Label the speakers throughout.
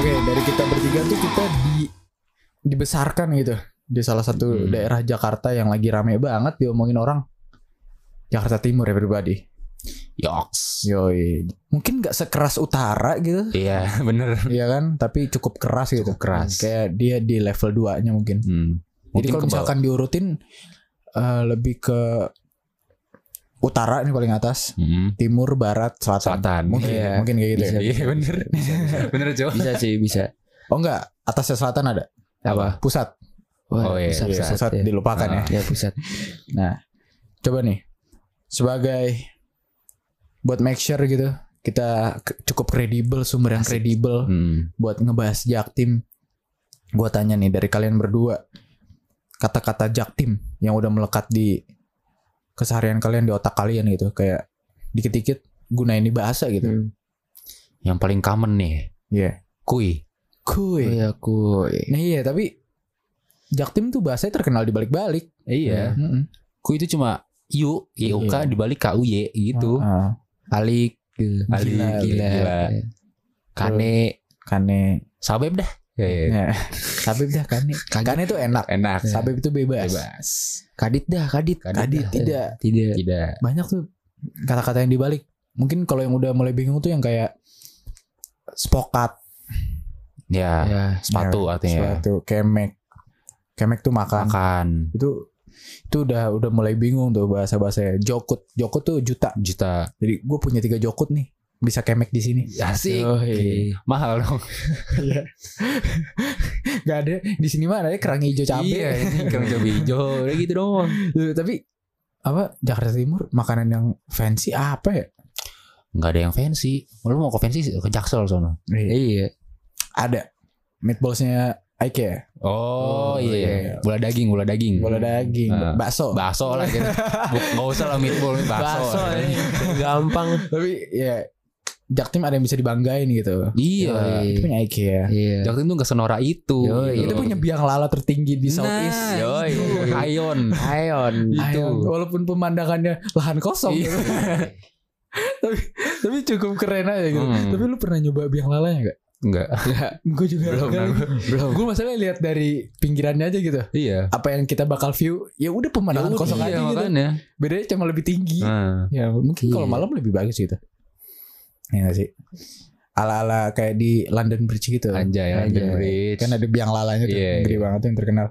Speaker 1: dari kita bertiga tuh kita di dibesarkan gitu di salah satu
Speaker 2: Hmm.
Speaker 1: daerah Jakarta yang lagi rame banget diomongin orang Jakarta Timur ya everybody.
Speaker 2: Yoks.
Speaker 1: Yoi. Mungkin nggak sekeras utara gitu.
Speaker 2: Iya, bener.
Speaker 1: Iya kan? Tapi cukup keras gitu.
Speaker 2: Cukup keras.
Speaker 1: Kayak dia di level 2-nya mungkin.
Speaker 2: Hmm.
Speaker 1: Jadi
Speaker 2: Mungkin
Speaker 1: kalau
Speaker 2: ke bawah.
Speaker 1: misalkan diurutin eh, lebih ke utara nih paling atas,
Speaker 2: Hmm.
Speaker 1: timur, barat, selatan.
Speaker 2: selatan.
Speaker 1: Mungkin
Speaker 2: Iya.
Speaker 1: mungkin kayak gitu.
Speaker 2: Bisa,
Speaker 1: ya.
Speaker 2: iya, bener. bener, Jo.
Speaker 3: Bisa sih bisa.
Speaker 1: Oh enggak, atasnya selatan ada.
Speaker 3: Apa?
Speaker 1: Pusat.
Speaker 2: Oh,
Speaker 3: Wah,
Speaker 2: iya,
Speaker 3: pusat,
Speaker 1: Iya,
Speaker 3: pusat,
Speaker 1: pusat
Speaker 3: ya.
Speaker 1: dilupakan
Speaker 2: Ah.
Speaker 1: ya.
Speaker 3: Ya, pusat.
Speaker 1: Coba nih. Sebagai buat make sure gitu, kita ke- cukup kredibel sumber yang
Speaker 3: Asik.
Speaker 1: kredibel
Speaker 2: Hmm.
Speaker 1: buat ngebahas Jaktim. Gua tanya nih dari kalian berdua, kata-kata Jaktim yang udah melekat di keseharian kalian di otak kalian gitu, kayak dikit-dikit gunain di bahasa
Speaker 2: Iya.
Speaker 1: gitu.
Speaker 3: Hmm.
Speaker 2: Yang paling common nih,
Speaker 1: Iya.
Speaker 2: kui.
Speaker 3: Oh,
Speaker 1: Kuy.
Speaker 3: iya, kuy.
Speaker 1: Nah iya, tapi Jaktim tuh bahasanya terkenal di balik-balik.
Speaker 2: Iya.
Speaker 1: Mm-mm.
Speaker 2: Kui itu cuma iu, iuk
Speaker 1: Iya.
Speaker 2: dibalik kuy gitu.
Speaker 1: Ah,
Speaker 3: Alik gitu.
Speaker 2: Alik, Ah,
Speaker 3: gila, gila.
Speaker 2: gila.
Speaker 3: Ya.
Speaker 2: Kane,
Speaker 1: kane.
Speaker 2: sabeb dah. Iya.
Speaker 1: Ya. Sabib dah kane. Kane tuh enak.
Speaker 2: Enak.
Speaker 3: Iya.
Speaker 1: Sabib tuh bebas.
Speaker 2: Bebas.
Speaker 3: Kadit dah, kadit.
Speaker 2: Kadit
Speaker 1: Tadi
Speaker 2: dah. Iya.
Speaker 1: tidak
Speaker 3: Tidak.
Speaker 2: Tidak.
Speaker 1: banyak tuh kata-kata yang dibalik. Mungkin kalau yang udah mulai bingung tuh yang kayak spokat,
Speaker 2: Ya,
Speaker 3: Ya.
Speaker 2: sepatu artinya.
Speaker 1: sepatu, kemek. Kemek tuh makan.
Speaker 2: Iya. Makan
Speaker 1: Itu itu udah udah mulai bingung tuh bahasa-bahasa jokut. Jokut tuh juta.
Speaker 2: juta.
Speaker 1: Jadi gue punya tiga jokut nih. Bisa kemek di sini.
Speaker 2: Asik.
Speaker 3: Oh, iya.
Speaker 2: Mahal dong.
Speaker 1: Gak ada di sini mah ada kerangi hijau cabe.
Speaker 2: Iya, ini kerang cabai hijau. Udah gitu doang.
Speaker 1: Tuh, Tapi apa Jakarta Timur makanan yang fancy apa ya?
Speaker 2: Enggak ada yang fancy. Lu mau ke fancy ke Jaksel sono.
Speaker 3: Iya.
Speaker 1: Ada meatballsnya IKEA,
Speaker 2: Oh,
Speaker 3: Oh,
Speaker 2: iya. Bola daging, bola daging.
Speaker 1: bola daging,
Speaker 2: Nah.
Speaker 1: bakso.
Speaker 2: Bakso lah gitu. Enggak usah lah meatball, bakso. ya. iya.
Speaker 3: Bakso ini gampang.
Speaker 1: Tapi ya Jaktim ada yang bisa dibanggain gitu.
Speaker 2: Iya.
Speaker 1: Itu punya IKEA.
Speaker 3: Iya.
Speaker 2: Jaktim tuh gak senora itu.
Speaker 3: Yoi.
Speaker 2: Gitu.
Speaker 1: Itu punya biang lala tertinggi di Southeast.
Speaker 2: Nah, yoi. Ayon.
Speaker 3: Ayon.
Speaker 2: itu.
Speaker 1: Ayo, walaupun pemandangannya lahan kosong,
Speaker 2: Gitu. Iya.
Speaker 1: gitu. tapi cukup keren aja gitu.
Speaker 2: Hmm.
Speaker 1: Tapi lu pernah nyoba biang lalanya gak?
Speaker 2: Enggak.
Speaker 1: Gue juga
Speaker 2: Belum,
Speaker 3: Belum.
Speaker 1: Gue masalahnya lihat dari pinggirannya aja gitu.
Speaker 2: Iya.
Speaker 1: Apa yang kita bakal view? Ya udah pemandangan
Speaker 2: Yaudah,
Speaker 1: kosong aja
Speaker 2: iya,
Speaker 1: gitu.
Speaker 2: makanya.
Speaker 1: Bedanya cuma lebih tinggi.
Speaker 2: Nah.
Speaker 1: Ya mungkin kalau
Speaker 3: Iya.
Speaker 1: malam lebih bagus gitu. Ya gak sih? Ala-ala kayak di London Bridge gitu.
Speaker 2: Anjay,
Speaker 1: Anjay.
Speaker 2: London Bridge.
Speaker 1: Kan ada biang lalanya tuh
Speaker 2: Iya,
Speaker 1: gede
Speaker 2: iya.
Speaker 1: banget tuh yang terkenal.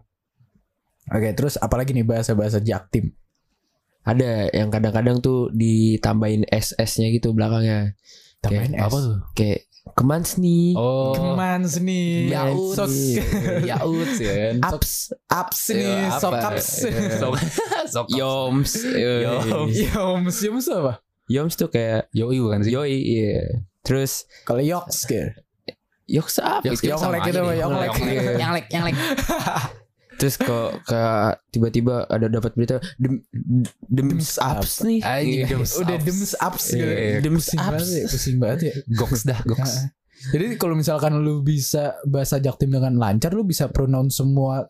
Speaker 1: Oke, terus apalagi nih bahasa-bahasa Jaktim?
Speaker 3: Ada yang kadang-kadang tuh ditambahin SS-nya gitu belakangnya.
Speaker 1: Tambahin
Speaker 2: Apa
Speaker 1: S.
Speaker 2: tuh?
Speaker 3: Kayak kemans nih.
Speaker 2: Oh.
Speaker 1: Kemans nih.
Speaker 2: Yaud.
Speaker 1: Sok
Speaker 2: Yaud ya kan.
Speaker 3: Ups.
Speaker 1: ups nih,
Speaker 3: Iya,
Speaker 1: sok Ya,
Speaker 3: apa?
Speaker 1: ups.
Speaker 3: Iya.
Speaker 2: Sok. Sok.
Speaker 3: Yoms.
Speaker 2: Yoms.
Speaker 1: Yoms, yoms apa?
Speaker 3: Yoms tuh kayak
Speaker 2: Yoi bukan kan sih?
Speaker 3: yoi. Iya. Terus
Speaker 1: Kalau yoks gitu.
Speaker 3: yoks
Speaker 1: Ya,
Speaker 3: apa?
Speaker 2: Yoks, yoks sama
Speaker 1: Yonglek
Speaker 2: aja
Speaker 1: itu,
Speaker 2: nih.
Speaker 1: yonglek.
Speaker 3: Yonglek.
Speaker 2: gitu, Yang lek, yang lek.
Speaker 3: Terus kok ke tiba-tiba ada dapat berita dem, dems ups nih.
Speaker 2: Anjing, dems
Speaker 1: Udah
Speaker 2: ups.
Speaker 1: dems ups
Speaker 2: Iya,
Speaker 1: gitu.
Speaker 2: iya.
Speaker 1: Dems ups. Pusing banget ya.
Speaker 2: Goks dah, goks.
Speaker 1: Heeh. Jadi kalau misalkan lu bisa bahasa Jaktim dengan lancar, lu bisa pronoun semua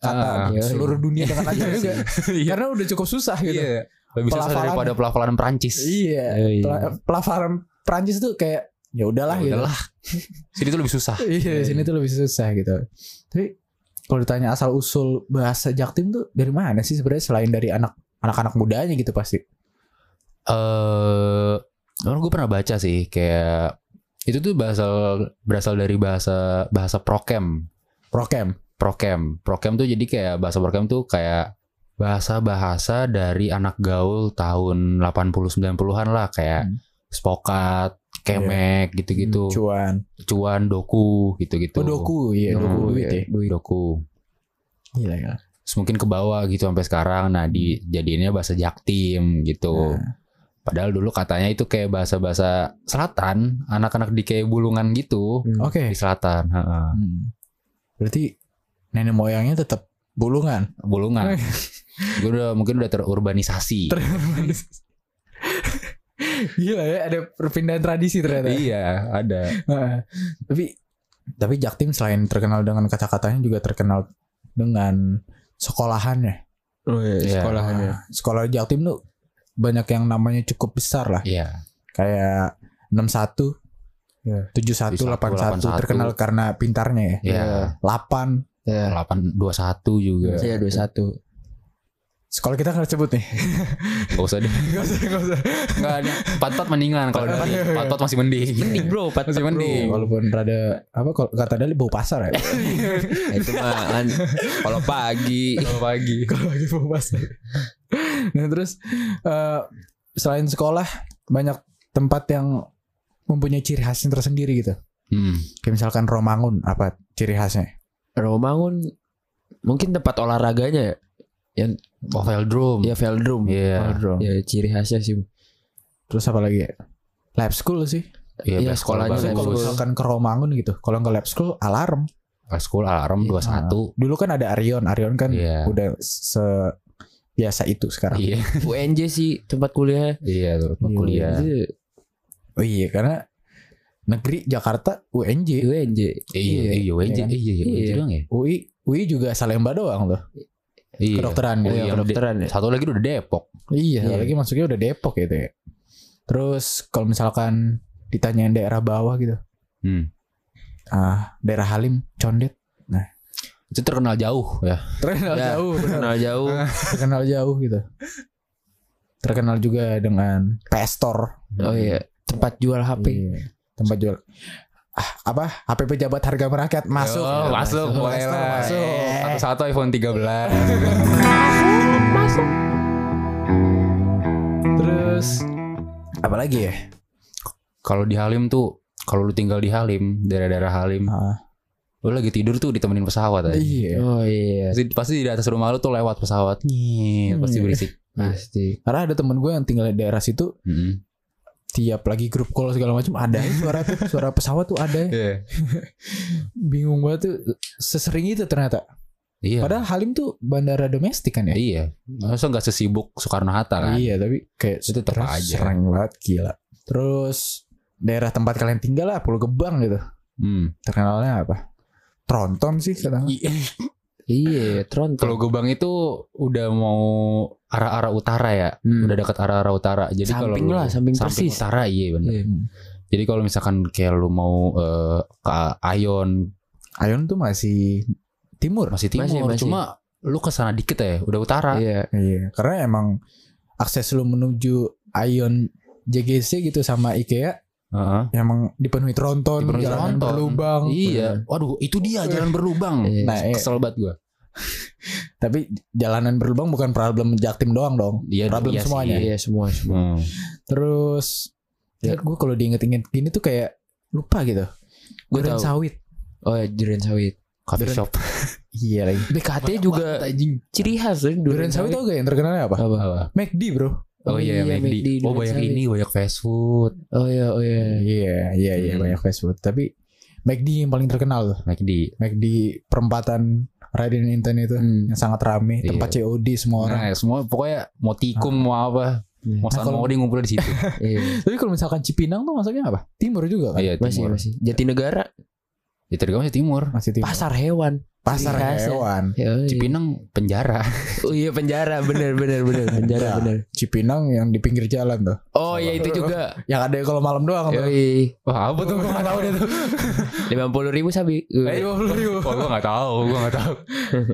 Speaker 1: kata
Speaker 2: Ah,
Speaker 3: iya,
Speaker 1: seluruh dunia dengan lancar juga.
Speaker 2: Iya.
Speaker 1: Karena udah cukup susah gitu.
Speaker 2: Iya. Lebih susah
Speaker 1: Pelafalan.
Speaker 2: daripada pelafalan Perancis.
Speaker 1: Iya.
Speaker 3: Yoi.
Speaker 1: Pela- Pelafaran Prancis tuh kayak ya udahlah
Speaker 2: Ya
Speaker 1: gitu.
Speaker 2: udahlah. Sini tuh lebih susah.
Speaker 1: Iya, di sini tuh lebih susah gitu. Tapi kalau ditanya asal usul bahasa Jaktim tuh dari mana sih sebenarnya selain dari anak anak-anak mudanya gitu pasti.
Speaker 2: Eh, orang gue pernah baca sih kayak itu tuh berasal berasal dari bahasa bahasa prokem,
Speaker 1: Prokem.
Speaker 2: Hmm, prokem, prokem tuh jadi kayak bahasa prokem tuh kayak bahasa bahasa dari anak gaul tahun 80-90-an lah kayak
Speaker 1: Hmm.
Speaker 2: spokat, kemek gitu-gitu,
Speaker 1: Cuan.
Speaker 2: cuan, doku gitu-gitu.
Speaker 1: Oh, doku, iya,
Speaker 2: Doku,
Speaker 1: doku duit
Speaker 2: iya.
Speaker 1: ya.
Speaker 2: doku.
Speaker 1: Gila, gila.
Speaker 2: Terus mungkin ke bawah gitu sampai sekarang. Nah, di jadinya bahasa Jaktim gitu.
Speaker 1: Nah.
Speaker 2: Padahal dulu katanya itu kayak bahasa-bahasa selatan, anak-anak di kayak bulungan gitu
Speaker 3: Hmm.
Speaker 1: Oke.
Speaker 2: di selatan, heeh.
Speaker 1: Hmm. Berarti nenek moyangnya tetap bulungan.
Speaker 2: bulungan. Gue udah mungkin udah terurbanisasi.
Speaker 1: Gila ya, ada perpindahan tradisi ternyata.
Speaker 2: iya, ada.
Speaker 1: Heeh. tapi tapi Jaktim selain terkenal dengan kata-katanya juga terkenal dengan sekolahannya.
Speaker 3: Oh, iya,
Speaker 2: Iya.
Speaker 3: sekolahannya.
Speaker 1: Ah, Sekolah Jaktim tuh banyak yang namanya cukup besar lah.
Speaker 2: Iya.
Speaker 1: Kayak 61
Speaker 3: Iya.
Speaker 1: 71, 81,
Speaker 2: 71.
Speaker 1: terkenal karena pintarnya ya.
Speaker 2: Ya,
Speaker 1: 8.
Speaker 3: Ya.
Speaker 2: 821 juga.
Speaker 3: Saya 21.
Speaker 1: Sekolah kita nggak sebut nih.
Speaker 2: Gak usah deh.
Speaker 1: Nggak usah, nggak usah.
Speaker 2: Enggak, ini empat-empat mendingan. Kalau empat, empat-empat masih mending.
Speaker 3: Mending bro, 4
Speaker 2: Masih mending.
Speaker 1: Walaupun rada apa kalau kata Dali bau pasar ya.
Speaker 3: Nah, itu mah an- kalau pagi.
Speaker 2: Kalau pagi.
Speaker 1: kalau lagi bau pasar. Nah, terus eh, selain sekolah banyak tempat yang mempunyai ciri khasnya tersendiri gitu.
Speaker 2: Hmm.
Speaker 1: Kayak misalkan Romangun apa ciri khasnya?
Speaker 3: Romangun mungkin tempat olahraganya ya.
Speaker 2: Oh, Veldrum.
Speaker 3: Ya Veldrum.
Speaker 2: Iya.
Speaker 1: Velodrome.
Speaker 3: Ya ciri khasnya sih.
Speaker 1: Terus apa lagi ya? Lab school sih.
Speaker 2: Iya,
Speaker 3: Iya,
Speaker 2: best sekolah
Speaker 3: sekolahnya
Speaker 1: Maksudnya
Speaker 3: lab
Speaker 1: kalau
Speaker 3: school.
Speaker 1: misalkan ke Romangun gitu, kalau nggak lab school alarm.
Speaker 2: Pas school alarm
Speaker 3: Iya.
Speaker 2: 21.
Speaker 1: Dulu kan ada Arion, Arion kan
Speaker 2: Iya.
Speaker 1: udah se biasa itu sekarang.
Speaker 2: Iya.
Speaker 3: UNJ sih tempat kuliah.
Speaker 2: Iya, tuh tempat
Speaker 1: Iya.
Speaker 2: kuliah.
Speaker 3: Itu
Speaker 1: Oh iya karena negeri Jakarta UNJ,
Speaker 3: UNJ.
Speaker 2: Iya, iya, UNJ.
Speaker 1: Iya.
Speaker 2: Iya, iya,
Speaker 3: Iya.
Speaker 2: UNJ doang ya?
Speaker 1: UI UI juga Salemba doang loh.
Speaker 2: Iya.
Speaker 1: Kedokteran gitu.
Speaker 2: Oh, iya,
Speaker 3: Iya, kedokteran ya.
Speaker 2: Satu lagi udah Depok.
Speaker 1: Iya,
Speaker 3: Iya.
Speaker 1: lagi masuknya udah Depok gitu ya. Terus kalau misalkan ditanyain daerah bawah gitu,
Speaker 2: Hmm.
Speaker 1: ah daerah Halim, Condet,
Speaker 2: Itu terkenal jauh ya.
Speaker 1: terkenal
Speaker 3: Ya.
Speaker 1: jauh,
Speaker 3: Kenal jauh.
Speaker 1: terkenal jauh gitu. Terkenal juga dengan Pestor,
Speaker 3: Oh iya, tempat jual HP.
Speaker 1: Iya, tempat jual ah, apa HP pejabat harga merakyat masuk,
Speaker 2: Oh, masuk,
Speaker 1: Pestor
Speaker 2: boleh lah. Iya. Eh.
Speaker 1: masuk.
Speaker 2: Satu-satu iPhone 13.
Speaker 1: Terus apa lagi ya?
Speaker 2: Kalau di Halim tuh, kalau lu tinggal di Halim, daerah-daerah Halim,
Speaker 1: Ah,
Speaker 2: lu lagi tidur tuh ditemenin pesawat aja.
Speaker 1: iya.
Speaker 3: Oh iya.
Speaker 2: Pasti, pasti di atas rumah lu tuh lewat pesawat. Nyet, pasti
Speaker 1: Iya.
Speaker 2: berisik.
Speaker 3: Pasti.
Speaker 1: Karena ada temen gue yang tinggal di daerah situ,
Speaker 2: Mm-mm.
Speaker 1: tiap lagi grup call segala macam ada ya suara tuh, suara pesawat tuh ada. ya.
Speaker 2: Iya.
Speaker 1: Bingung banget tuh sesering itu ternyata.
Speaker 2: Iya.
Speaker 1: Padahal Halim tuh bandara domestik kan ya?
Speaker 2: Iya. Masa nggak sesibuk Soekarno Hatta kan?
Speaker 1: Iya, tapi kayak
Speaker 2: Itu tetap
Speaker 1: terus
Speaker 2: aja.
Speaker 1: sering banget gila. Terus daerah tempat kalian tinggal lah Pulau Gebang gitu.
Speaker 2: Hmm.
Speaker 1: Terkenalnya apa? Tronton sih kadang.
Speaker 3: Iya, Tronton.
Speaker 2: Kalau Gebang itu udah mau arah-arah utara ya,
Speaker 3: Hmm.
Speaker 2: udah dekat arah-arah utara. Jadi kalau
Speaker 3: Samping
Speaker 2: lu-
Speaker 3: lah, samping persis.
Speaker 2: utara iya bener.
Speaker 3: Iya.
Speaker 2: Jadi kalau misalkan kayak lu mau eh, ke Ayon
Speaker 1: Ayon tuh masih timur.
Speaker 2: masih timur,
Speaker 3: Masih, masih.
Speaker 2: cuma lu ke sana dikit ya, udah utara.
Speaker 3: Iya.
Speaker 1: Iya, karena emang akses lu menuju Ayon JGC gitu sama IKEA
Speaker 2: Heeh.
Speaker 1: emang dipenuhi tronton,
Speaker 2: Dipenuhi
Speaker 1: jalanan
Speaker 2: tronton.
Speaker 1: berlubang.
Speaker 2: Iya. Waduh, itu dia jalan berlubang.
Speaker 3: Iya.
Speaker 1: Nah, Oh, iya.
Speaker 2: Kesel banget gua.
Speaker 1: Tapi jalanan berlubang bukan problem Jaktim doang dong.
Speaker 2: Iya,
Speaker 1: Problem
Speaker 2: iya sih.
Speaker 1: semuanya.
Speaker 3: Iya, semua semua.
Speaker 2: Hmm.
Speaker 1: Terus ya
Speaker 2: Iya.
Speaker 1: gue kalau diinget-inget gini tuh kayak lupa gitu.
Speaker 3: Gua
Speaker 1: Durian
Speaker 3: tahu.
Speaker 1: sawit.
Speaker 3: Oh, ya, durian sawit.
Speaker 2: Coffee shop.
Speaker 1: Iya lagi.
Speaker 3: BKT juga ciri khas kan
Speaker 1: Durian sawit tau gak yang terkenalnya apa?
Speaker 3: apa?
Speaker 1: McD bro.
Speaker 2: Oh, iya, McD. Oh,
Speaker 3: durian
Speaker 2: banyak
Speaker 3: sawit.
Speaker 2: ini, banyak fast food.
Speaker 3: Oh iya, oh iya.
Speaker 1: Iya iya iya
Speaker 2: Hmm.
Speaker 1: banyak fast food. Tapi McD yang paling terkenal tuh.
Speaker 2: McD.
Speaker 1: McD perempatan Raden Intan itu
Speaker 3: Hmm.
Speaker 1: yang sangat rame.
Speaker 2: Iya.
Speaker 1: Tempat COD semua orang.
Speaker 2: Nah, semua pokoknya mau tikum mau apa,
Speaker 3: Iya.
Speaker 2: mau
Speaker 1: Nah,
Speaker 2: San
Speaker 1: kalau-
Speaker 2: mau di ngumpul di situ.
Speaker 3: Iya.
Speaker 1: Tapi kalau misalkan Cipinang tuh masuknya apa? Timur juga kan?
Speaker 2: Iya,
Speaker 3: Masih,
Speaker 2: timur.
Speaker 3: masih. Jatinegara,
Speaker 2: Ya tadi kamu masih timur.
Speaker 1: Masih timur.
Speaker 3: pasar hewan.
Speaker 1: Pasar
Speaker 3: Iya, iya.
Speaker 1: hewan.
Speaker 3: Ya, oh, iya.
Speaker 2: Cipinang penjara.
Speaker 3: Oh iya, penjara, bener, bener, bener, penjara,
Speaker 2: Iya.
Speaker 1: Nah.
Speaker 3: bener.
Speaker 1: Cipinang yang di pinggir jalan tuh.
Speaker 3: Oh iya itu juga.
Speaker 1: Yang ada kalau malam
Speaker 3: Iya.
Speaker 1: doang tuh.
Speaker 3: Yoi,
Speaker 2: Wah, apa tuh? Gue gak tau deh tuh.
Speaker 3: lima puluh ribu sabi.
Speaker 1: Eh,
Speaker 3: Uh,
Speaker 1: 50 ribu.
Speaker 2: Wah, gue gak tau. Gue gak tau.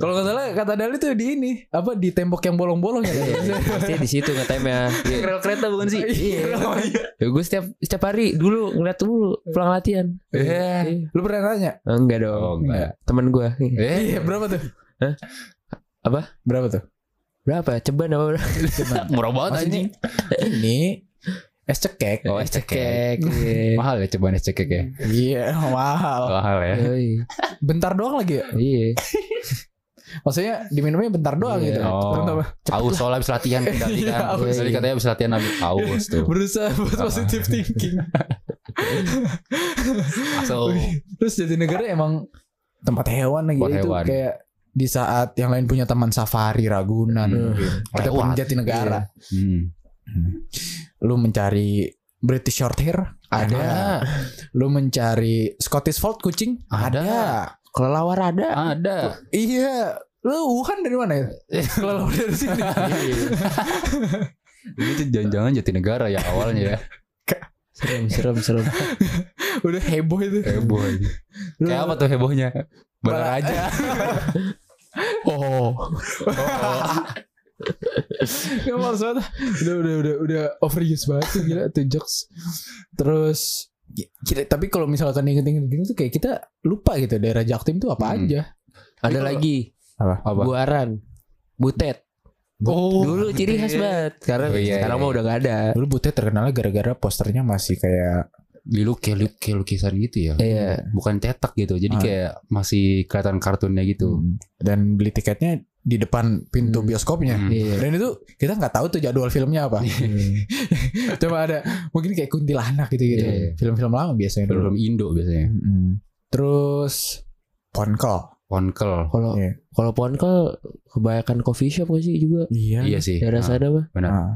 Speaker 1: Kalau nggak salah kata Dali tuh di ini apa di tembok yang bolong-bolong ya.
Speaker 3: Iya, Pasti di situ ngetemnya. Rel kereta bukan sih? Iya.
Speaker 2: Oh,
Speaker 3: Ya, gue setiap setiap hari dulu ngeliat dulu pulang latihan.
Speaker 2: Iya.
Speaker 1: Lu pernah tanya?
Speaker 3: Oh, enggak dong.
Speaker 2: Oh, enggak.
Speaker 3: Temen gue.
Speaker 2: Eh,
Speaker 1: Iya berapa tuh?
Speaker 3: Hah? Apa?
Speaker 1: Berapa tuh?
Speaker 3: Berapa? Ceban apa?
Speaker 2: murah banget
Speaker 1: Maksudnya
Speaker 2: anjing.
Speaker 1: ini es cekek.
Speaker 2: Oh, es cekek.
Speaker 3: Eh, Cekek. Iya.
Speaker 2: Mahal ya cobaan es cekek ya.
Speaker 1: Iya mahal.
Speaker 2: Mahal ya.
Speaker 3: Yoi.
Speaker 1: Bentar doang lagi. ya?
Speaker 3: Iya.
Speaker 1: Maksudnya diminumnya bentar doang
Speaker 3: Iya.
Speaker 1: gitu.
Speaker 2: Oh.
Speaker 1: Terus apa?
Speaker 2: Aus soalnya habis latihan kendali
Speaker 1: Iya,
Speaker 2: kan.
Speaker 3: aus.
Speaker 2: Jadi katanya habis latihan habis aus tuh.
Speaker 1: Berusaha buat positive thinking.
Speaker 2: So,
Speaker 1: Terus jadi negara emang tempat hewan lagi
Speaker 2: Oh. Tempat
Speaker 1: itu
Speaker 2: hewan.
Speaker 1: kayak di saat yang lain punya taman safari Ragunan,
Speaker 2: Hmm.
Speaker 1: ada
Speaker 2: Lewat.
Speaker 1: pun Jatinegara.
Speaker 2: hmm.
Speaker 1: Lu mencari British Shorthair ada.
Speaker 2: ada,
Speaker 1: Lu mencari Scottish Fold kucing
Speaker 2: Ada.
Speaker 3: Kelelawar ada.
Speaker 2: ada.
Speaker 1: Iya. Lu Wuhan dari mana ya? Kalau dari sini.
Speaker 2: Itu jangan-jangan Jatinegara ya awalnya ya.
Speaker 3: Serem, serem, serem.
Speaker 1: udah heboh itu
Speaker 2: Heboh aja. Kayak apa tuh hebohnya? Bener
Speaker 1: Bala-
Speaker 2: aja.
Speaker 1: oh Gak maksud udah udah udah udah overuse banget tuh gila tuh jokes terus ya, kita- tapi kalau misalkan inget-inget gitu tuh kayak kita lupa gitu daerah Jaktim tuh apa
Speaker 2: Hmm.
Speaker 1: aja
Speaker 3: Ada
Speaker 1: Kalau-
Speaker 3: lagi
Speaker 1: apa
Speaker 2: Apa?
Speaker 3: Buaran Butet
Speaker 1: oh Eh.
Speaker 3: Dulu ciri khas banget Sekarang,
Speaker 2: Oh, iya,
Speaker 3: sekarang
Speaker 2: iya.
Speaker 3: mah udah gak ada
Speaker 1: dulu Butet terkenalnya gara-gara posternya masih kayak
Speaker 2: Diluk kayak luk- kayak lukisan gitu ya.
Speaker 3: Iya
Speaker 2: Bukan cetak gitu.
Speaker 1: Ah.
Speaker 2: Jadi kayak masih kelihatan kartunnya gitu.
Speaker 1: Hmm. dan beli tiketnya di depan pintu
Speaker 3: Hmm.
Speaker 1: bioskopnya
Speaker 2: Hmm.
Speaker 3: Iya
Speaker 1: dan itu kita nggak tahu tuh jadwal filmnya apa coba ada mungkin kayak kuntilanak gitu gitu
Speaker 2: Iya, iya.
Speaker 1: film-film lama biasanya dulu
Speaker 2: Belum Indo biasanya.
Speaker 1: Mm-mm. terus Ponkel
Speaker 2: Ponkel.
Speaker 3: Kalau
Speaker 1: Iya.
Speaker 3: kalau ponkel Kebanyakan coffee shop gak sih juga
Speaker 2: Iya sih.
Speaker 3: Daerah
Speaker 2: Ah,
Speaker 3: sana mah
Speaker 2: Benar.
Speaker 1: Nah,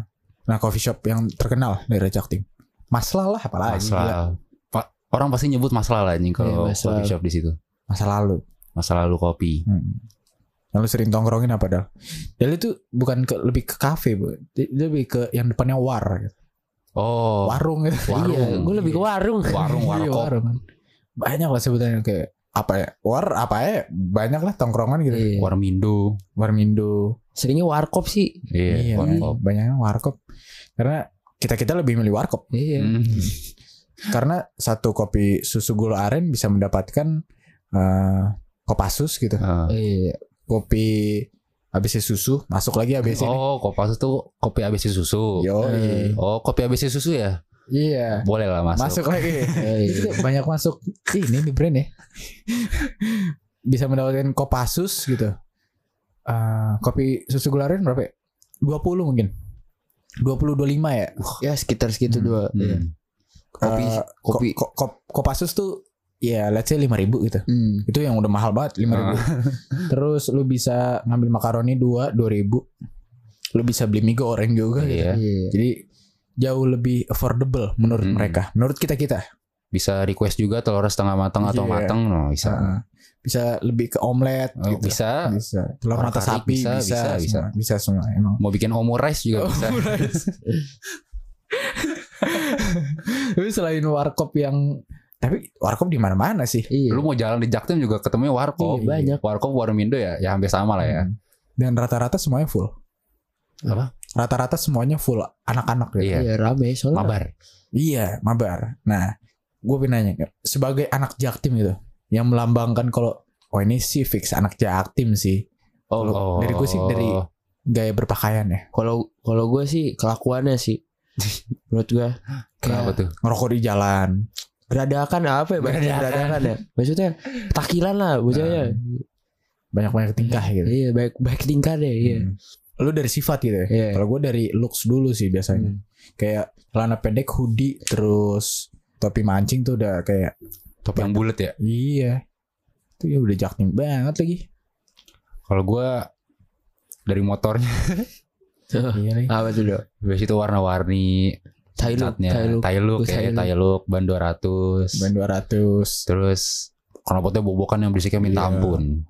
Speaker 1: nah coffee shop yang terkenal daerah Jaktim. Maslah lah apalagi.
Speaker 2: Masa
Speaker 1: gila.
Speaker 2: lalu. Pa- orang pasti nyebut masa lalu anjing kalau
Speaker 3: Iya, masa
Speaker 2: coffee
Speaker 3: lalu.
Speaker 2: shop di situ.
Speaker 1: Masa lalu.
Speaker 2: Masa lalu kopi.
Speaker 1: Hmm. Lalu sering tongkrongin apa Dal? Dal itu bukan ke, lebih ke kafe, Bu. Dia- dia lebih ke yang depannya war, gitu.
Speaker 2: Oh,
Speaker 1: warung gitu.
Speaker 2: warung.
Speaker 3: Iya gue lebih ke warung
Speaker 2: warung
Speaker 1: Iya,
Speaker 2: warkop.
Speaker 1: warung. Banyak lah sebutannya kayak apa ya? War apa ya? Banyak lah tongkrongan gitu.
Speaker 3: Iya.
Speaker 2: Warmindo.
Speaker 1: Warmindo.
Speaker 3: Seringnya warkop sih
Speaker 2: Iya,
Speaker 1: Hmm.
Speaker 2: warkop.
Speaker 1: Banyaknya warkop. Karena kita-kita lebih milih warkop
Speaker 3: Iya
Speaker 2: Hmm.
Speaker 1: karena satu kopi susu gula aren bisa mendapatkan eh, kopasus gitu.
Speaker 2: Ah.
Speaker 3: Iya
Speaker 1: kopi habisnya susu masuk lagi habisnya
Speaker 2: Oh, kopasus tuh kopi ABC susu.
Speaker 1: yo
Speaker 3: Eh.
Speaker 2: Oh, kopi ABC susu ya?
Speaker 1: iya
Speaker 2: Boleh lah
Speaker 1: masuk,
Speaker 2: masuk.
Speaker 1: lagi Itu
Speaker 3: Iya.
Speaker 1: tuh banyak masuk Ih, ini nih brand ya bisa mendapatkan kopasus gitu Eh, kopi susu gula aren berapa ya? 20 mungkin 20 25 ya
Speaker 3: Ya sekitar segitu
Speaker 1: Hmm.
Speaker 3: dua Iya.
Speaker 2: Hmm.
Speaker 3: Kopi
Speaker 1: Eh,
Speaker 3: Kopi
Speaker 1: ko- ko- ko- kopasus tuh ya let's say 5000 gitu
Speaker 3: Hmm.
Speaker 1: itu yang udah mahal banget 5000 ribu
Speaker 2: Ah.
Speaker 1: terus lu bisa ngambil makaroni 2 2000 lu bisa beli mie goreng juga gitu.
Speaker 2: Iya.
Speaker 3: Iya.
Speaker 1: Jadi jauh lebih affordable menurut
Speaker 2: Hmm.
Speaker 1: mereka. Menurut kita kita
Speaker 2: Bisa request juga telur setengah matang atau
Speaker 1: Iya.
Speaker 2: matang, no, bisa.
Speaker 1: bisa lebih ke omelet
Speaker 2: Oh,
Speaker 1: gitu.
Speaker 2: Bisa.
Speaker 1: Bisa. Telur
Speaker 2: Orang
Speaker 1: mata
Speaker 2: kari
Speaker 1: sapi
Speaker 2: bisa,
Speaker 1: bisa
Speaker 2: bisa,
Speaker 1: bisa semua. bisa semua emang.
Speaker 2: Mau bikin omurice juga bisa.
Speaker 1: Tapi selain warkop yang tapi warkop di mana-mana sih.
Speaker 3: Iya.
Speaker 2: Lu mau jalan di Jaktim juga ketemunya warkop.
Speaker 3: Iya, banyak.
Speaker 2: Warkop Warmindo ya, ya hampir sama lah ya.
Speaker 1: Hmm. Dan rata-rata semuanya full.
Speaker 2: Apa?
Speaker 1: Rata-rata semuanya full anak-anak gitu.
Speaker 2: Iya.
Speaker 3: Iya rame soalnya
Speaker 2: Mabar.
Speaker 1: Iya, mabar. Nah, gue nanya sebagai anak jaktim gitu yang melambangkan kalau oh ini sih fix anak jaktim sih. Oh, dari gue sih dari
Speaker 3: Oh.
Speaker 1: gaya berpakaian ya.
Speaker 3: Kalau kalau gue sih kelakuannya sih menurut gue
Speaker 2: Kenapa tuh?
Speaker 1: Ngerokok di jalan.
Speaker 3: Geradakan apa ya? Beradakan.
Speaker 2: Geradakan.
Speaker 3: Geradakan ya. Maksudnya takilan lah bocahnya.
Speaker 1: kan. Banyak-banyak tingkah gitu.
Speaker 3: Iya, baik baik tingkah deh, iya.
Speaker 1: Hmm. Lu dari sifat gitu ya.
Speaker 3: Iya. Hmm.
Speaker 1: Kalau gue dari looks dulu sih biasanya. Kayak celana pendek, hoodie, terus topi mancing tuh udah kayak
Speaker 2: Top yang bulat ya.
Speaker 1: iya. Itu ya udah jaktim banget lagi.
Speaker 2: Kalau gue dari motornya
Speaker 3: Ah.
Speaker 1: iya lagi.
Speaker 3: Apa tuh, Dok?
Speaker 2: biasanya itu warna-warni
Speaker 3: Tai lu,
Speaker 2: catnya
Speaker 3: tai lu.
Speaker 2: Tailuk
Speaker 3: Gua
Speaker 2: ya
Speaker 3: Tailuk.
Speaker 2: Tailuk Ban 200
Speaker 1: Main 200.
Speaker 2: Terus knalpotnya bobokan yang berisiknya minta
Speaker 1: Iya.
Speaker 2: ampun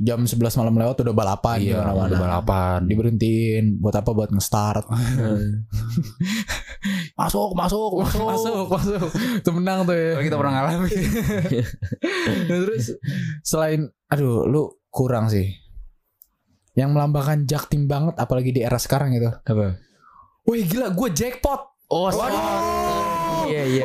Speaker 1: Jam 11 malam lewat udah balapan di
Speaker 2: Iya
Speaker 1: mana-mana.
Speaker 2: udah balapan
Speaker 1: diberhentiin buat apa buat nge-start
Speaker 2: Masuk masuk masuk Iya,
Speaker 1: masuk itu menang tuh ya
Speaker 2: Kalau Kita pernah ngalamin
Speaker 1: Nah, terus selain aduh lu kurang sih yang melambangkan jaktim banget apalagi di era sekarang gitu
Speaker 3: Apa?
Speaker 1: wih gila gue jackpot
Speaker 3: Oh, Iya, iya.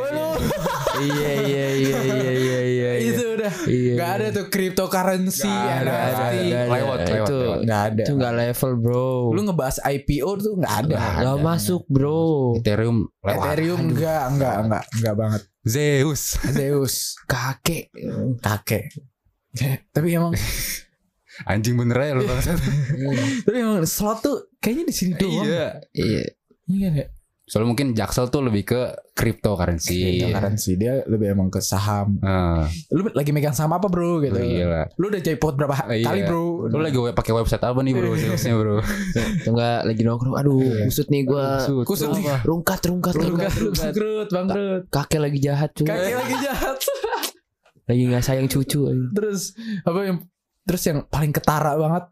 Speaker 3: Iya, iya, iya, iya, iya, iya.
Speaker 1: itu udah
Speaker 3: Iya.
Speaker 1: nggak ada tuh cryptocurrency
Speaker 2: Nggak
Speaker 1: nggak
Speaker 2: ada,
Speaker 1: ada,
Speaker 2: nggak ada. Iya, Lewat, lewat,
Speaker 3: Itu
Speaker 2: lewat.
Speaker 1: Nggak ada.
Speaker 3: itu nggak level, Bro.
Speaker 1: lu ngebahas IPO tuh nggak ada
Speaker 2: Nggak
Speaker 3: Nggak
Speaker 2: ada.
Speaker 3: masuk, Bro.
Speaker 2: Ethereum lewat
Speaker 1: Ethereum enggak enggak enggak enggak banget
Speaker 2: Zeus
Speaker 1: Zeus
Speaker 3: Kakek.
Speaker 1: kakek tapi emang
Speaker 2: Anjing bener ya lu bangsat
Speaker 1: tapi emang slot tuh kayaknya di sini doang
Speaker 2: Iya
Speaker 3: Iya.
Speaker 1: Iya kan ya?
Speaker 2: Soalnya mungkin Jaksel tuh lebih ke cryptocurrency
Speaker 1: Iya. Currency dia lebih emang ke saham.
Speaker 2: Heeh.
Speaker 1: Lu lagi megang saham apa bro gitu?
Speaker 2: Lu gila
Speaker 1: Lu udah jackpot berapa ha-
Speaker 2: Iya.
Speaker 1: kali bro?
Speaker 2: Lu lagi we- pakai website apa nih bro Zeusnya bro
Speaker 3: Itu nggak lagi nongkrong. Aduh,
Speaker 1: Iya.
Speaker 3: kusut nih gua.
Speaker 2: Kusut.
Speaker 1: Kusut
Speaker 2: Lu
Speaker 1: nih.
Speaker 2: apa?
Speaker 3: Rungkat, rungkat,
Speaker 1: lu kan
Speaker 3: rungkat, rungkat.
Speaker 1: bangkrut, bangkrut.
Speaker 3: Kakek lagi jahat, cuy.
Speaker 1: Kakek lagi jahat.
Speaker 3: Lagi nggak sayang cucu. eh.
Speaker 1: terus apa yang terus yang paling ketara banget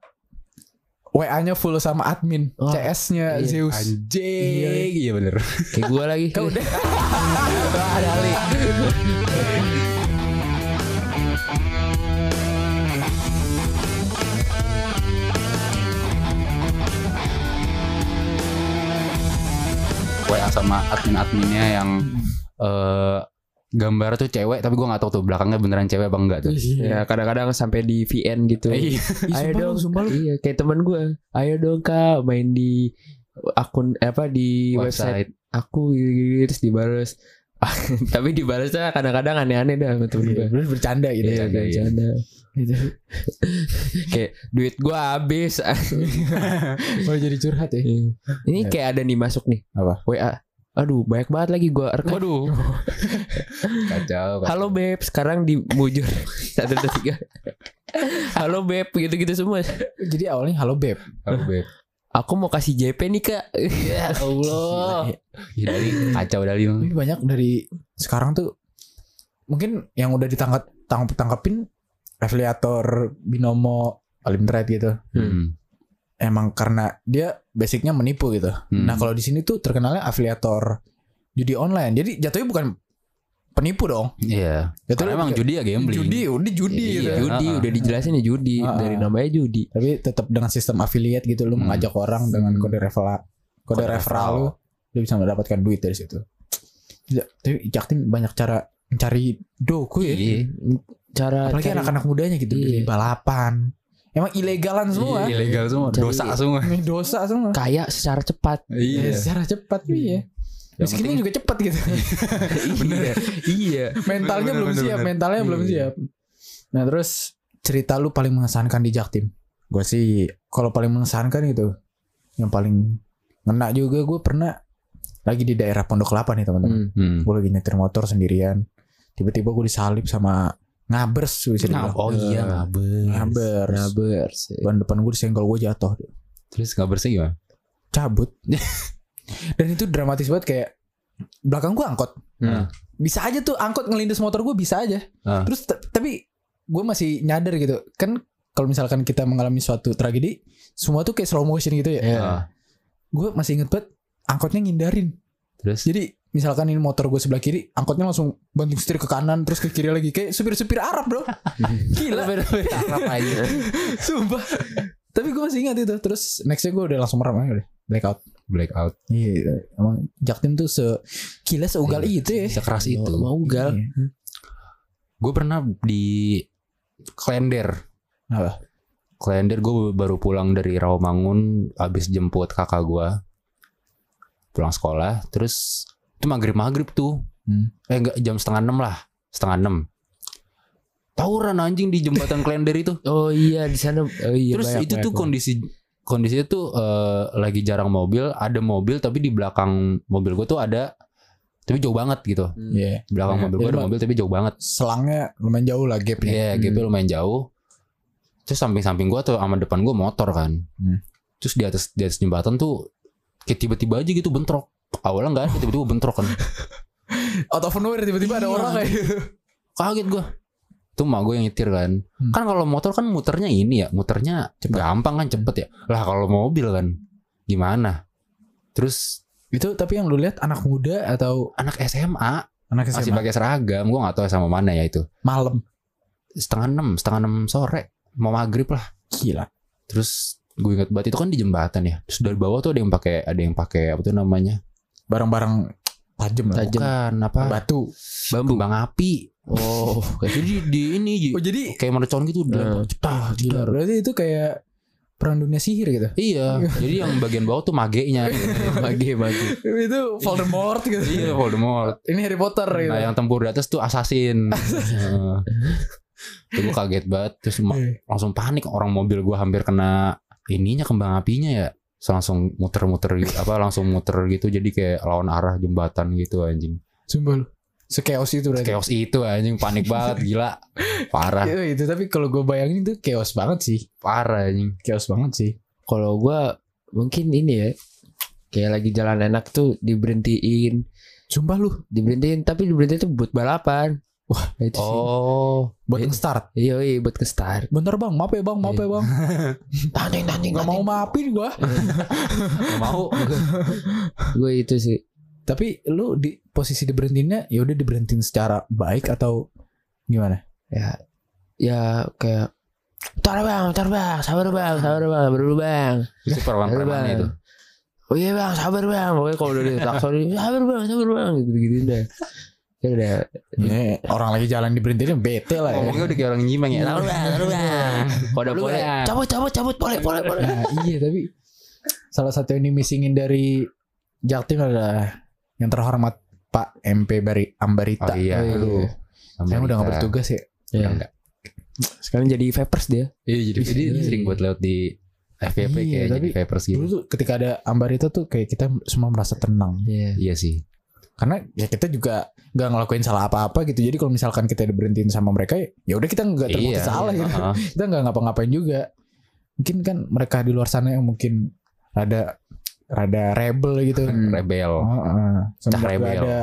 Speaker 1: WA-nya full sama admin,
Speaker 3: Oh,
Speaker 1: CS-nya
Speaker 3: iya.
Speaker 1: Zeus.
Speaker 2: Iya,
Speaker 1: Anjing.
Speaker 2: iya bener.
Speaker 3: Kayak gue lagi.
Speaker 1: Kau udah
Speaker 2: WA sama admin-adminnya yang eh gambar tuh cewek tapi gua nggak tahu tuh belakangnya beneran cewek apa enggak tuh.
Speaker 3: Ya kadang-kadang sampai di VN gitu.
Speaker 2: Iya.
Speaker 1: Ih, sumpah lu,
Speaker 3: Ayo dong,
Speaker 1: Iya. sumpah lu.
Speaker 3: Iya, kayak teman gue. Ayo dong kak, main di akun eh, apa di
Speaker 2: Website.
Speaker 3: website, aku gitu-gitu terus dibales. Ah, Tapi dibalasnya kadang-kadang aneh-aneh dah sama temen gue.
Speaker 1: Lu bercanda gitu.
Speaker 2: Bercanda,
Speaker 3: Iya, kayak
Speaker 2: iya.
Speaker 3: bercanda.
Speaker 1: Gitu.
Speaker 3: Kayak duit gue habis.
Speaker 1: Mau jadi curhat ya.
Speaker 3: Ini kayak ada nih masuk nih.
Speaker 1: Apa?
Speaker 3: WA. Aduh, banyak banget lagi gue rekam.
Speaker 2: Waduh. Kacau. kacau.
Speaker 3: Halo beb, sekarang di Mujur satu dua tiga. Halo beb, gitu-gitu semua.
Speaker 1: Jadi awalnya halo beb.
Speaker 2: Halo, Beb.
Speaker 3: Aku mau kasih JP nih kak. Ya
Speaker 1: Gila,
Speaker 3: Allah.
Speaker 1: ya.
Speaker 2: Ih, Dali, kacau Dali.
Speaker 1: Tapi banyak dari sekarang tuh mungkin yang udah ditangkap tangkap tangkapin afiliator binomo alim trade gitu.
Speaker 2: Hmm.
Speaker 1: Emang karena dia basicnya menipu gitu.
Speaker 2: Hmm.
Speaker 1: Nah kalau di sini tuh terkenalnya afiliator judi online. Jadi jatuhnya bukan penipu dong.
Speaker 2: Iya. Karena
Speaker 1: Jatuhnya
Speaker 2: emang
Speaker 1: bukan-
Speaker 2: judi ya gambling.
Speaker 1: judi, udah judi.
Speaker 3: Iya,
Speaker 1: gitu.
Speaker 3: judi
Speaker 2: Ah.
Speaker 3: udah dijelasin ya judi
Speaker 1: Ah.
Speaker 3: dari namanya judi.
Speaker 1: Tapi tetap dengan sistem affiliate gitu, lu
Speaker 2: Hmm.
Speaker 1: mengajak orang dengan kode referral, kode,
Speaker 2: Kode
Speaker 1: referral
Speaker 2: referral.
Speaker 1: lu, lu bisa mendapatkan duit dari situ. Tidak, tapi Jaktim banyak cara mencari doku ya.
Speaker 2: Iya.
Speaker 3: Cara
Speaker 1: Apalagi
Speaker 3: cari-
Speaker 1: anak-anak mudanya gitu
Speaker 3: Iya.
Speaker 1: dari balapan. Emang ilegalan kan semua.
Speaker 2: Iya, Ilegal semua,
Speaker 3: Jadi-
Speaker 2: dosa semua.
Speaker 1: Ini dosa semua.
Speaker 3: kaya secara cepat.
Speaker 2: Iya.
Speaker 1: Ya, secara cepat iya.
Speaker 2: Yang
Speaker 1: Miskinnya juga cepat gitu.
Speaker 2: Iya.
Speaker 3: Bener. iya.
Speaker 1: mentalnya
Speaker 2: Bener,
Speaker 1: belum
Speaker 2: bener,
Speaker 1: siap,
Speaker 2: bener.
Speaker 1: mentalnya belum
Speaker 2: Iya.
Speaker 1: siap. Nah, terus cerita lu paling mengesankan di Jaktim? Gue sih kalau paling mengesankan gitu yang paling ngena juga gue pernah lagi di daerah Pondok Kelapa nih teman-teman.
Speaker 3: Hmm.
Speaker 2: Hmm.
Speaker 1: Gue lagi nyetir motor sendirian. Tiba-tiba gue disalip sama ngabers bisa dibilang.
Speaker 2: Oh iya, ngabers.
Speaker 1: ngabers.
Speaker 3: Nabers.
Speaker 1: Ban depan gue disenggol gue jatuh.
Speaker 2: Terus ngabersnya gimana?
Speaker 1: cabut dan itu dramatis banget kayak belakang gua angkot
Speaker 2: Hmm.
Speaker 1: bisa aja tuh angkot ngelindes motor gua bisa aja
Speaker 2: Ah.
Speaker 1: terus t- tapi gua masih nyadar gitu kan kalau misalkan kita mengalami suatu tragedi semua tuh kayak slow motion gitu ya
Speaker 3: Iya.
Speaker 2: Ah,
Speaker 1: Gua masih inget banget angkotnya ngindarin
Speaker 2: Terus
Speaker 1: jadi misalkan ini motor gue sebelah kiri angkotnya langsung banting setir ke kanan terus ke kiri lagi kayak supir-supir Arab bro gila sumpah tapi gua masih ingat itu terus nextnya gua udah langsung merem aja udah blackout
Speaker 2: blackout.
Speaker 1: Iya, emang Jaktim tuh se gila seugal itu ya.
Speaker 2: Sekeras itu.
Speaker 1: Mau ugal.
Speaker 3: Iya.
Speaker 2: Gue pernah di Klender.
Speaker 1: Apa?
Speaker 2: Klender gue baru pulang dari Rawamangun habis jemput kakak gua pulang sekolah terus itu maghrib maghrib tuh
Speaker 1: Hmm.
Speaker 2: eh enggak jam setengah enam lah setengah enam tawuran anjing di jembatan Klender itu
Speaker 3: Oh iya di sana. Oh iya.
Speaker 2: terus
Speaker 3: banyak,
Speaker 2: itu
Speaker 3: banyak,
Speaker 2: tuh
Speaker 3: banyak.
Speaker 2: kondisi kondisinya tuh eh, lagi jarang mobil ada mobil tapi di belakang mobil gue tuh ada tapi jauh banget gitu
Speaker 3: Hmm.
Speaker 1: Iya.
Speaker 2: belakang
Speaker 1: Iya,
Speaker 2: mobil gue
Speaker 1: iya,
Speaker 2: ada
Speaker 1: Bang.
Speaker 2: mobil tapi jauh banget
Speaker 1: Selangnya lumayan jauh lah gapnya.
Speaker 2: Iya,
Speaker 3: Hmm.
Speaker 2: GP lumayan jauh. Terus samping-samping gua tuh sama depan gua motor kan.
Speaker 1: Hmm.
Speaker 2: Terus di atas di atas jembatan tuh kayak tiba-tiba aja gitu bentrok. Awalnya nggak ada, tiba-tiba bentrok kan.
Speaker 1: Out of nowhere tiba-tiba ada
Speaker 2: Iya.
Speaker 1: orang kayak gitu.
Speaker 2: Kaget gua. Itu emak gue yang nyetir kan.
Speaker 1: Hmm.
Speaker 2: Kan kalau motor kan muternya ini ya, muternya gampang kan cepet ya. Lah kalau mobil kan gimana? Terus
Speaker 1: Itu tapi yang lu lihat anak muda atau
Speaker 2: anak SMA
Speaker 1: anak
Speaker 2: masih
Speaker 1: SMA
Speaker 2: pakai seragam, gua nggak tahu sama mana ya itu.
Speaker 1: malam.
Speaker 2: Setengah enam, setengah enam sore, mau maghrib lah.
Speaker 1: Gila.
Speaker 2: Terus gue ingat banget itu kan di jembatan ya. Terus dari bawah tuh ada yang pakai ada yang pakai apa tuh namanya?
Speaker 1: Barang-barang tajam lah.
Speaker 3: Tajam.
Speaker 2: Bukan apa?
Speaker 1: Batu.
Speaker 2: Bambu. Kembang api.
Speaker 3: Oh.
Speaker 2: Jadi di ini j-
Speaker 1: Oh jadi
Speaker 2: kayak mercon gitu dilempar. Cetar,
Speaker 1: gila.
Speaker 2: cetar.
Speaker 1: Berarti itu kayak perang dunia sihir gitu.
Speaker 2: Iya, jadi yang bagian bawah tuh magenya.
Speaker 3: Mage mage.
Speaker 1: itu Voldemort gitu.
Speaker 2: iya, Voldemort.
Speaker 1: Ini Harry Potter gitu.
Speaker 2: Nah, yang tempur di atas tuh assassin. Heeh. Itu gue kaget banget terus ma-
Speaker 1: Iya.
Speaker 2: langsung panik orang mobil gua hampir kena ininya kembang apinya ya. Terus langsung muter-muter gitu, apa langsung muter gitu jadi kayak lawan arah jembatan gitu anjing.
Speaker 1: Sumpah lu. Sekeos itu berarti. Iya.
Speaker 2: Chaos itu anjing panik banget gila. Parah,
Speaker 1: Itu, itu tapi kalau gue bayangin itu chaos banget sih.
Speaker 2: parah anjing.
Speaker 1: Chaos banget sih.
Speaker 3: Kalau gua mungkin ini ya. Kayak lagi jalan enak tuh diberhentiin,
Speaker 1: Sumpah lu.
Speaker 3: diberhentiin tapi diberhentiin tuh buat balapan. Wah, itu sih.
Speaker 2: Oh,
Speaker 1: buat
Speaker 3: Iya.
Speaker 1: nge-start.
Speaker 3: Iya, iya buat ke start.
Speaker 1: Bentar bang, maaf ya bang, maaf ya bang.
Speaker 3: Tanding, tanding,
Speaker 1: Gak mau maafin gua.
Speaker 2: nggak mau.
Speaker 3: Gue itu sih.
Speaker 1: Tapi lu di posisi diberhentinnya, ya udah diberhentiin secara baik atau gimana?
Speaker 3: Ya, ya kayak. Tar bang, tar bang, sabar bang, sabar bang, sabar bang.
Speaker 2: Itu perlawan perlawan
Speaker 3: Bang.
Speaker 2: itu.
Speaker 3: Oh iya bang, sabar bang. Pokoknya kalau udah ditakson, sabar bang, sabar bang, gitu-gitu deh. Ya udah,
Speaker 1: Ya, orang lagi jalan diberhentiin bete lah ya.
Speaker 2: Ngomongnya udah kayak orang nyimeng ya.
Speaker 3: sabar bang, sabar bang.
Speaker 2: Kalau udah
Speaker 3: Lu,
Speaker 2: boleh.
Speaker 3: Bang. cabut, cabut, cabut, boleh, boleh, boleh.
Speaker 1: Nah, iya tapi salah satu yang dimissingin dari Jaktim adalah yang terhormat Pak MP Bari Ambarita.
Speaker 2: Oh iya.
Speaker 1: Aduh. Saya udah gak bertugas ya.
Speaker 2: Udah
Speaker 3: Ya.
Speaker 2: nggak.
Speaker 3: Sekarang jadi vapers dia.
Speaker 2: Iya, jadi, jadi
Speaker 1: Iya.
Speaker 2: sering buat lewat di FVP
Speaker 1: Iya,
Speaker 2: kayak jadi
Speaker 1: tapi-
Speaker 2: papers gitu.
Speaker 1: Dulu tuh ketika ada Ambarita tuh kayak kita semua merasa tenang.
Speaker 3: Iya.
Speaker 2: Iya sih.
Speaker 1: Karena ya kita juga gak ngelakuin salah apa-apa gitu. Jadi kalau misalkan kita diberhentiin sama mereka ya- ya udah kita nggak terbukti
Speaker 2: Iya.
Speaker 1: salah gitu.
Speaker 2: Heeh.
Speaker 1: Kita nggak ngapa-ngapain juga. Mungkin kan mereka di luar sana yang mungkin rada rada rebel gitu.
Speaker 2: Rebel.
Speaker 1: Heeh. Semenjak
Speaker 2: Hmm. Cah rebel.
Speaker 1: ada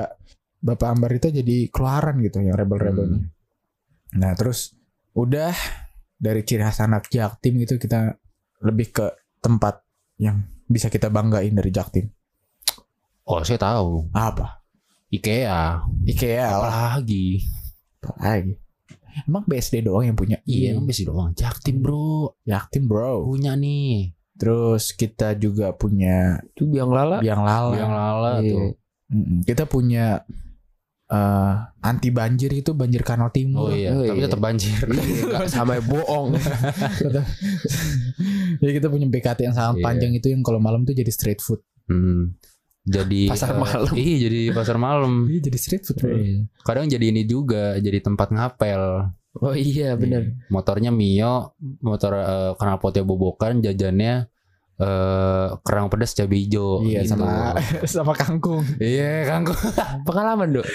Speaker 1: Bapak Ambar itu jadi keluaran gitu yang rebel-rebelnya.
Speaker 2: Hmm.
Speaker 1: Nah terus udah dari ciri khas anak Jaktim gitu kita lebih ke tempat yang bisa kita banggain dari Jaktim.
Speaker 2: Oh, saya tahu.
Speaker 1: Apa?
Speaker 2: IKEA.
Speaker 1: IKEA lah.
Speaker 2: Apalagi.
Speaker 1: Apa lagi? Emang BSD doang yang punya?
Speaker 2: Iya, emang sih doang. Jaktim, Bro.
Speaker 1: Jaktim bro.
Speaker 2: Punya nih.
Speaker 1: Terus kita juga punya
Speaker 3: Itu biang
Speaker 2: Ah.
Speaker 3: lala.
Speaker 1: Biang Lala.
Speaker 2: Oh, Yang lala
Speaker 3: Iya.
Speaker 2: tuh.
Speaker 1: Oh, Mm-mm. Kita punya eh, anti banjir itu banjir kanal timur.
Speaker 2: Oh iya,
Speaker 3: Oh
Speaker 2: tapi
Speaker 3: iya.
Speaker 2: tetap banjir.
Speaker 3: Nggak sampai bohong.
Speaker 1: Jadi kita punya BKT yang sangat
Speaker 2: Iya.
Speaker 1: panjang itu yang kalau malam tuh jadi street food.
Speaker 2: Hmm. Jadi eh,
Speaker 3: Pasar malam.
Speaker 2: Iya, jadi pasar malam.
Speaker 1: Iya jadi street food. bro.
Speaker 2: Kadang jadi ini juga, jadi tempat ngapel.
Speaker 3: Oh iya, benar.
Speaker 2: Motornya Mio, motor eh, knalpotnya bobokan, jajannya eh kerang pedas cabai hijau
Speaker 1: Iya
Speaker 2: gitu.
Speaker 1: sama sama kangkung.
Speaker 2: Iya, Kang.
Speaker 3: Pengalaman, Dok.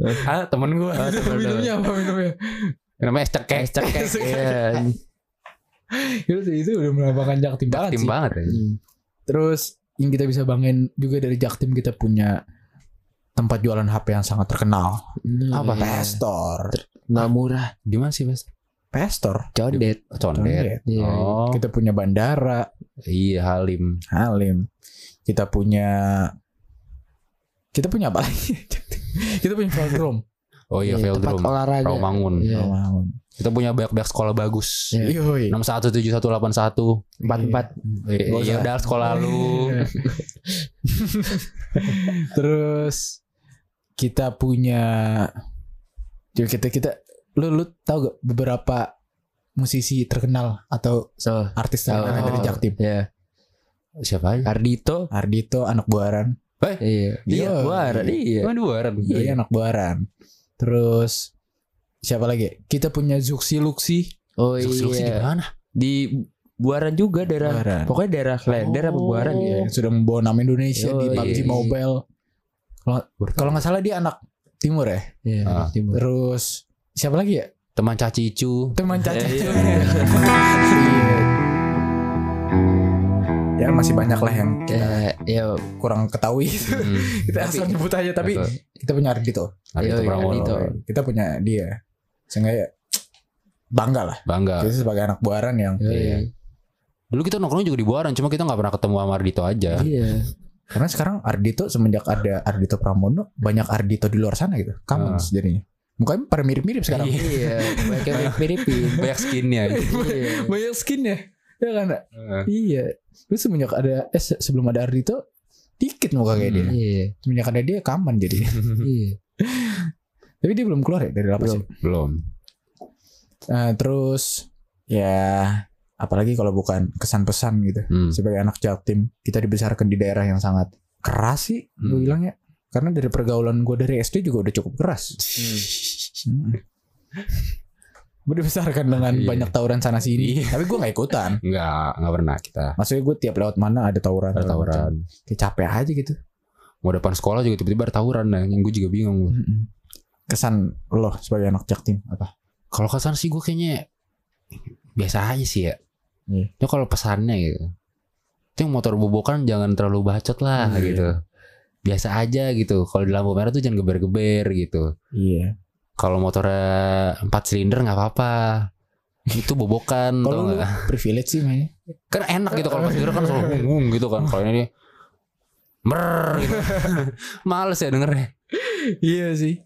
Speaker 3: Oh,
Speaker 2: Ah, temen gua.
Speaker 1: Minumnya apa minumnya?
Speaker 2: Namanya es cekek, es cekek.
Speaker 3: Iya.
Speaker 1: Itu itu udah melambangkan jaktim banget
Speaker 2: Tim
Speaker 1: sih.
Speaker 2: banget. ya.
Speaker 1: Terus yang kita bisa banggain juga dari jaktim kita punya tempat jualan HP yang sangat terkenal.
Speaker 3: Apa?
Speaker 1: Pestor.
Speaker 3: Nah, murah.
Speaker 2: Di mana sih, Mas?
Speaker 1: Pestor.
Speaker 3: Condet.
Speaker 2: Condet.
Speaker 3: Iya.
Speaker 2: Oh,
Speaker 1: Kita punya bandara
Speaker 2: iya Halim.
Speaker 1: Halim. Kita punya kita punya apa lagi? kita punya velodrome.
Speaker 2: Oh iya,
Speaker 3: tempat
Speaker 2: Veldrum.
Speaker 3: olahraga.
Speaker 2: Rawamangun.
Speaker 3: Iya.
Speaker 1: Oh,
Speaker 2: Kita punya banyak-banyak sekolah bagus.
Speaker 3: Iya.
Speaker 1: Yoi.
Speaker 2: 617181.
Speaker 3: Empat empat.
Speaker 2: Eh,
Speaker 1: Gak
Speaker 2: Iya
Speaker 1: usah.
Speaker 2: udah sekolah lu.
Speaker 1: Iya. Terus kita punya Jadi kita kita lu lu tahu gak beberapa musisi terkenal atau
Speaker 3: So,
Speaker 1: artis terkenal
Speaker 3: Oh.
Speaker 1: dari Jaktim?
Speaker 3: ya.
Speaker 2: Siapa aja?
Speaker 3: Ardito.
Speaker 1: Ardito anak Buaran.
Speaker 3: Iya.
Speaker 1: Iya.
Speaker 3: Iya, luar. Iya.
Speaker 2: Cuma dua orang.
Speaker 1: Doi anak Buaran. Terus siapa lagi? Kita punya Zuxi Luxi
Speaker 3: Oh
Speaker 2: Suksi-suksi di
Speaker 3: iya.
Speaker 2: mana?
Speaker 3: Di Buaran juga daerah.
Speaker 1: Buaran.
Speaker 3: Pokoknya daerah Klender apa Buaran
Speaker 2: Oh.
Speaker 3: ya.
Speaker 1: Yang sudah membawa nama Indonesia di
Speaker 3: Yoi.
Speaker 1: PUBG Mobile. Kalau nggak salah dia anak timur ya.
Speaker 3: Iya,
Speaker 2: Ah.
Speaker 3: Timur.
Speaker 1: Terus siapa lagi ya?
Speaker 2: teman Caci Icu.
Speaker 1: Teman Caca.
Speaker 3: Iya.
Speaker 1: ya masih banyak lah yang kita
Speaker 3: Eh, Ya,
Speaker 1: kurang ketahui
Speaker 2: Hmm.
Speaker 1: kita
Speaker 3: Tapi-
Speaker 1: asal nyebut aja tapi
Speaker 2: Betul.
Speaker 1: kita punya Ardito
Speaker 2: Ardhito
Speaker 3: Iya,
Speaker 2: Pramono.
Speaker 3: Ardhito.
Speaker 1: kita punya dia sehingga ya bangga lah
Speaker 2: Bangga.
Speaker 3: Ah.
Speaker 1: kita sebagai anak buaran yang
Speaker 2: Iya. Dulu kita nongkrong juga di Buaran, cuma kita nggak pernah ketemu sama Ardito aja.
Speaker 3: Iya.
Speaker 1: karena sekarang Ardito semenjak ada Ardito Pramono banyak Ardito di luar sana gitu kamu jadinya mukanya pada mirip-mirip sekarang
Speaker 3: Ah. Iya, banyak yang mirip-miripin.
Speaker 2: Banyak skinnya.
Speaker 3: Iya.
Speaker 1: banyak skin ya ya kan
Speaker 2: Heeh.
Speaker 1: iya terus semenjak ada eh se- sebelum ada Ardito dikit muka kayak dia
Speaker 2: Hmm.
Speaker 3: Iya.
Speaker 1: semenjak ada dia kaman jadi
Speaker 3: Iya.
Speaker 1: tapi dia belum keluar ya dari lapas ya?
Speaker 3: Belum.
Speaker 2: Belum.
Speaker 1: Eh, terus ya apalagi kalau bukan kesan pesan gitu
Speaker 2: Hmm.
Speaker 1: sebagai anak Jaktim kita dibesarkan di daerah yang sangat keras sih gue
Speaker 2: Hmm.
Speaker 1: bilang ya karena dari pergaulan gue dari SD juga udah cukup keras hmm. gue dibesarkan dengan
Speaker 2: Iya.
Speaker 1: banyak tawuran sana sini tapi gue nggak ikutan
Speaker 2: Nggak, nggak pernah kita
Speaker 1: maksudnya gue tiap lewat mana ada tawuran
Speaker 2: ada tawuran.
Speaker 1: kayak capek aja gitu
Speaker 2: Mau depan sekolah juga tiba-tiba ada tawuran. Nah, yang gue juga bingung.
Speaker 1: Mm-mm. kesan lo sebagai anak Jaktim apa
Speaker 2: Kalau kesan sih gue kayaknya biasa aja sih ya.
Speaker 1: Iya.
Speaker 2: Ya kalau pesannya gitu. Itu yang motor bobokan jangan terlalu bacot lah
Speaker 1: Iya.
Speaker 2: gitu. Biasa aja gitu. Kalau di lampu merah tuh jangan geber-geber gitu.
Speaker 1: iya
Speaker 2: Kalau motornya empat silinder nggak apa-apa. Itu bobokan
Speaker 1: Kalau
Speaker 2: tau
Speaker 1: lu
Speaker 2: nggak?
Speaker 1: privilege sih mainnya.
Speaker 2: Kan enak gitu kalau empat silinder kan selalu ngung gitu kan. Kalau ini dia mer gitu. Males ya dengernya.
Speaker 1: iya sih.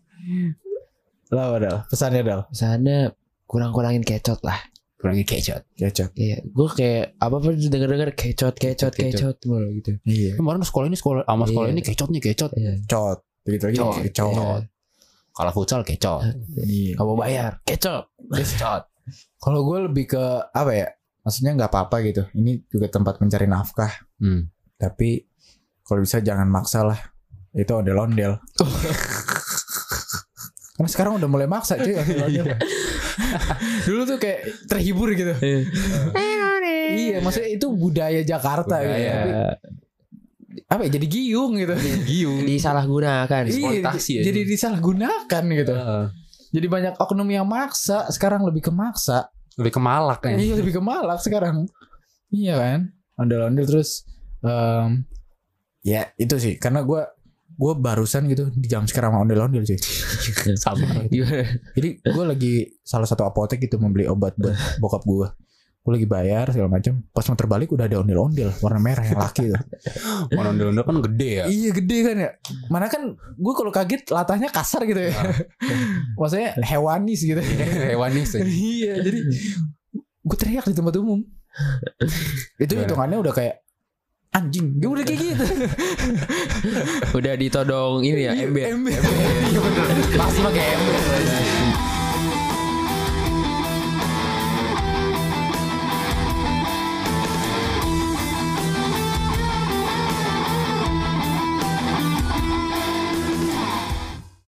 Speaker 1: Lah padahal pesannya dal.
Speaker 3: Sana kurang-kurangin kecot lah.
Speaker 2: Kurangnya kecot.
Speaker 1: Kecot.
Speaker 3: Iya, gue kayak apa apa denger-denger kecot, kecot, kecot, mulu gitu.
Speaker 1: Iya.
Speaker 2: Kemarin sekolah ini sekolah sama sekolah
Speaker 3: Iya.
Speaker 2: ini kecot nih kecot.
Speaker 3: Iya.
Speaker 1: Cot. Begitu lagi
Speaker 2: Cot.
Speaker 1: kecot.
Speaker 2: Cot. Kalau futsal kecot.
Speaker 1: Iya.
Speaker 3: Kamu bayar, kecot.
Speaker 2: Kecot.
Speaker 1: Kalau gue lebih ke apa ya? Maksudnya nggak apa-apa gitu. Ini juga tempat mencari nafkah.
Speaker 2: Hmm.
Speaker 1: Tapi kalau bisa jangan maksa lah. Itu ondel-ondel. Karena sekarang udah mulai maksa cuy ondel-ondel. Iya. Dulu tuh kayak terhibur gitu. iya, maksudnya itu budaya Jakarta gitu.
Speaker 2: Budaya.
Speaker 1: Tapi apa ya? Jadi giung gitu.
Speaker 2: Giung.
Speaker 3: Disalahgunakan.
Speaker 2: Eksploitasi
Speaker 1: Iya,
Speaker 2: ya.
Speaker 1: jadi disalahgunakan gitu.
Speaker 2: Heeh.
Speaker 1: Jadi banyak oknum yang maksa, sekarang lebih ke maksa.
Speaker 2: Lebih kemalak kan.
Speaker 1: Iya, lebih ke malak sekarang. Iya kan? Ondel-ondel terus em, ya itu sih karena gua gue barusan gitu di jam sekarang sama ondel-ondel sih.
Speaker 2: Sama.
Speaker 3: Gimana?
Speaker 1: Jadi gue lagi salah satu apotek gitu membeli obat buat bokap gue. Gue lagi bayar segala macam. Pas mau terbalik udah ada ondel-ondel warna merah yang laki tuh.
Speaker 2: Ondel-ondel kan gede ya.
Speaker 1: Iya gede kan ya. Mana kan gue kalau kaget latahnya kasar gitu ya. Maksudnya hewanis gitu.
Speaker 2: Hewan nih sih.
Speaker 1: iya jadi gue teriak di tempat umum itu
Speaker 2: Gimana?
Speaker 1: hitungannya udah kayak anjing gue udah kayak gitu
Speaker 3: Udah ditodong ini ya, ember.
Speaker 1: Iya bener. pasti pakai ember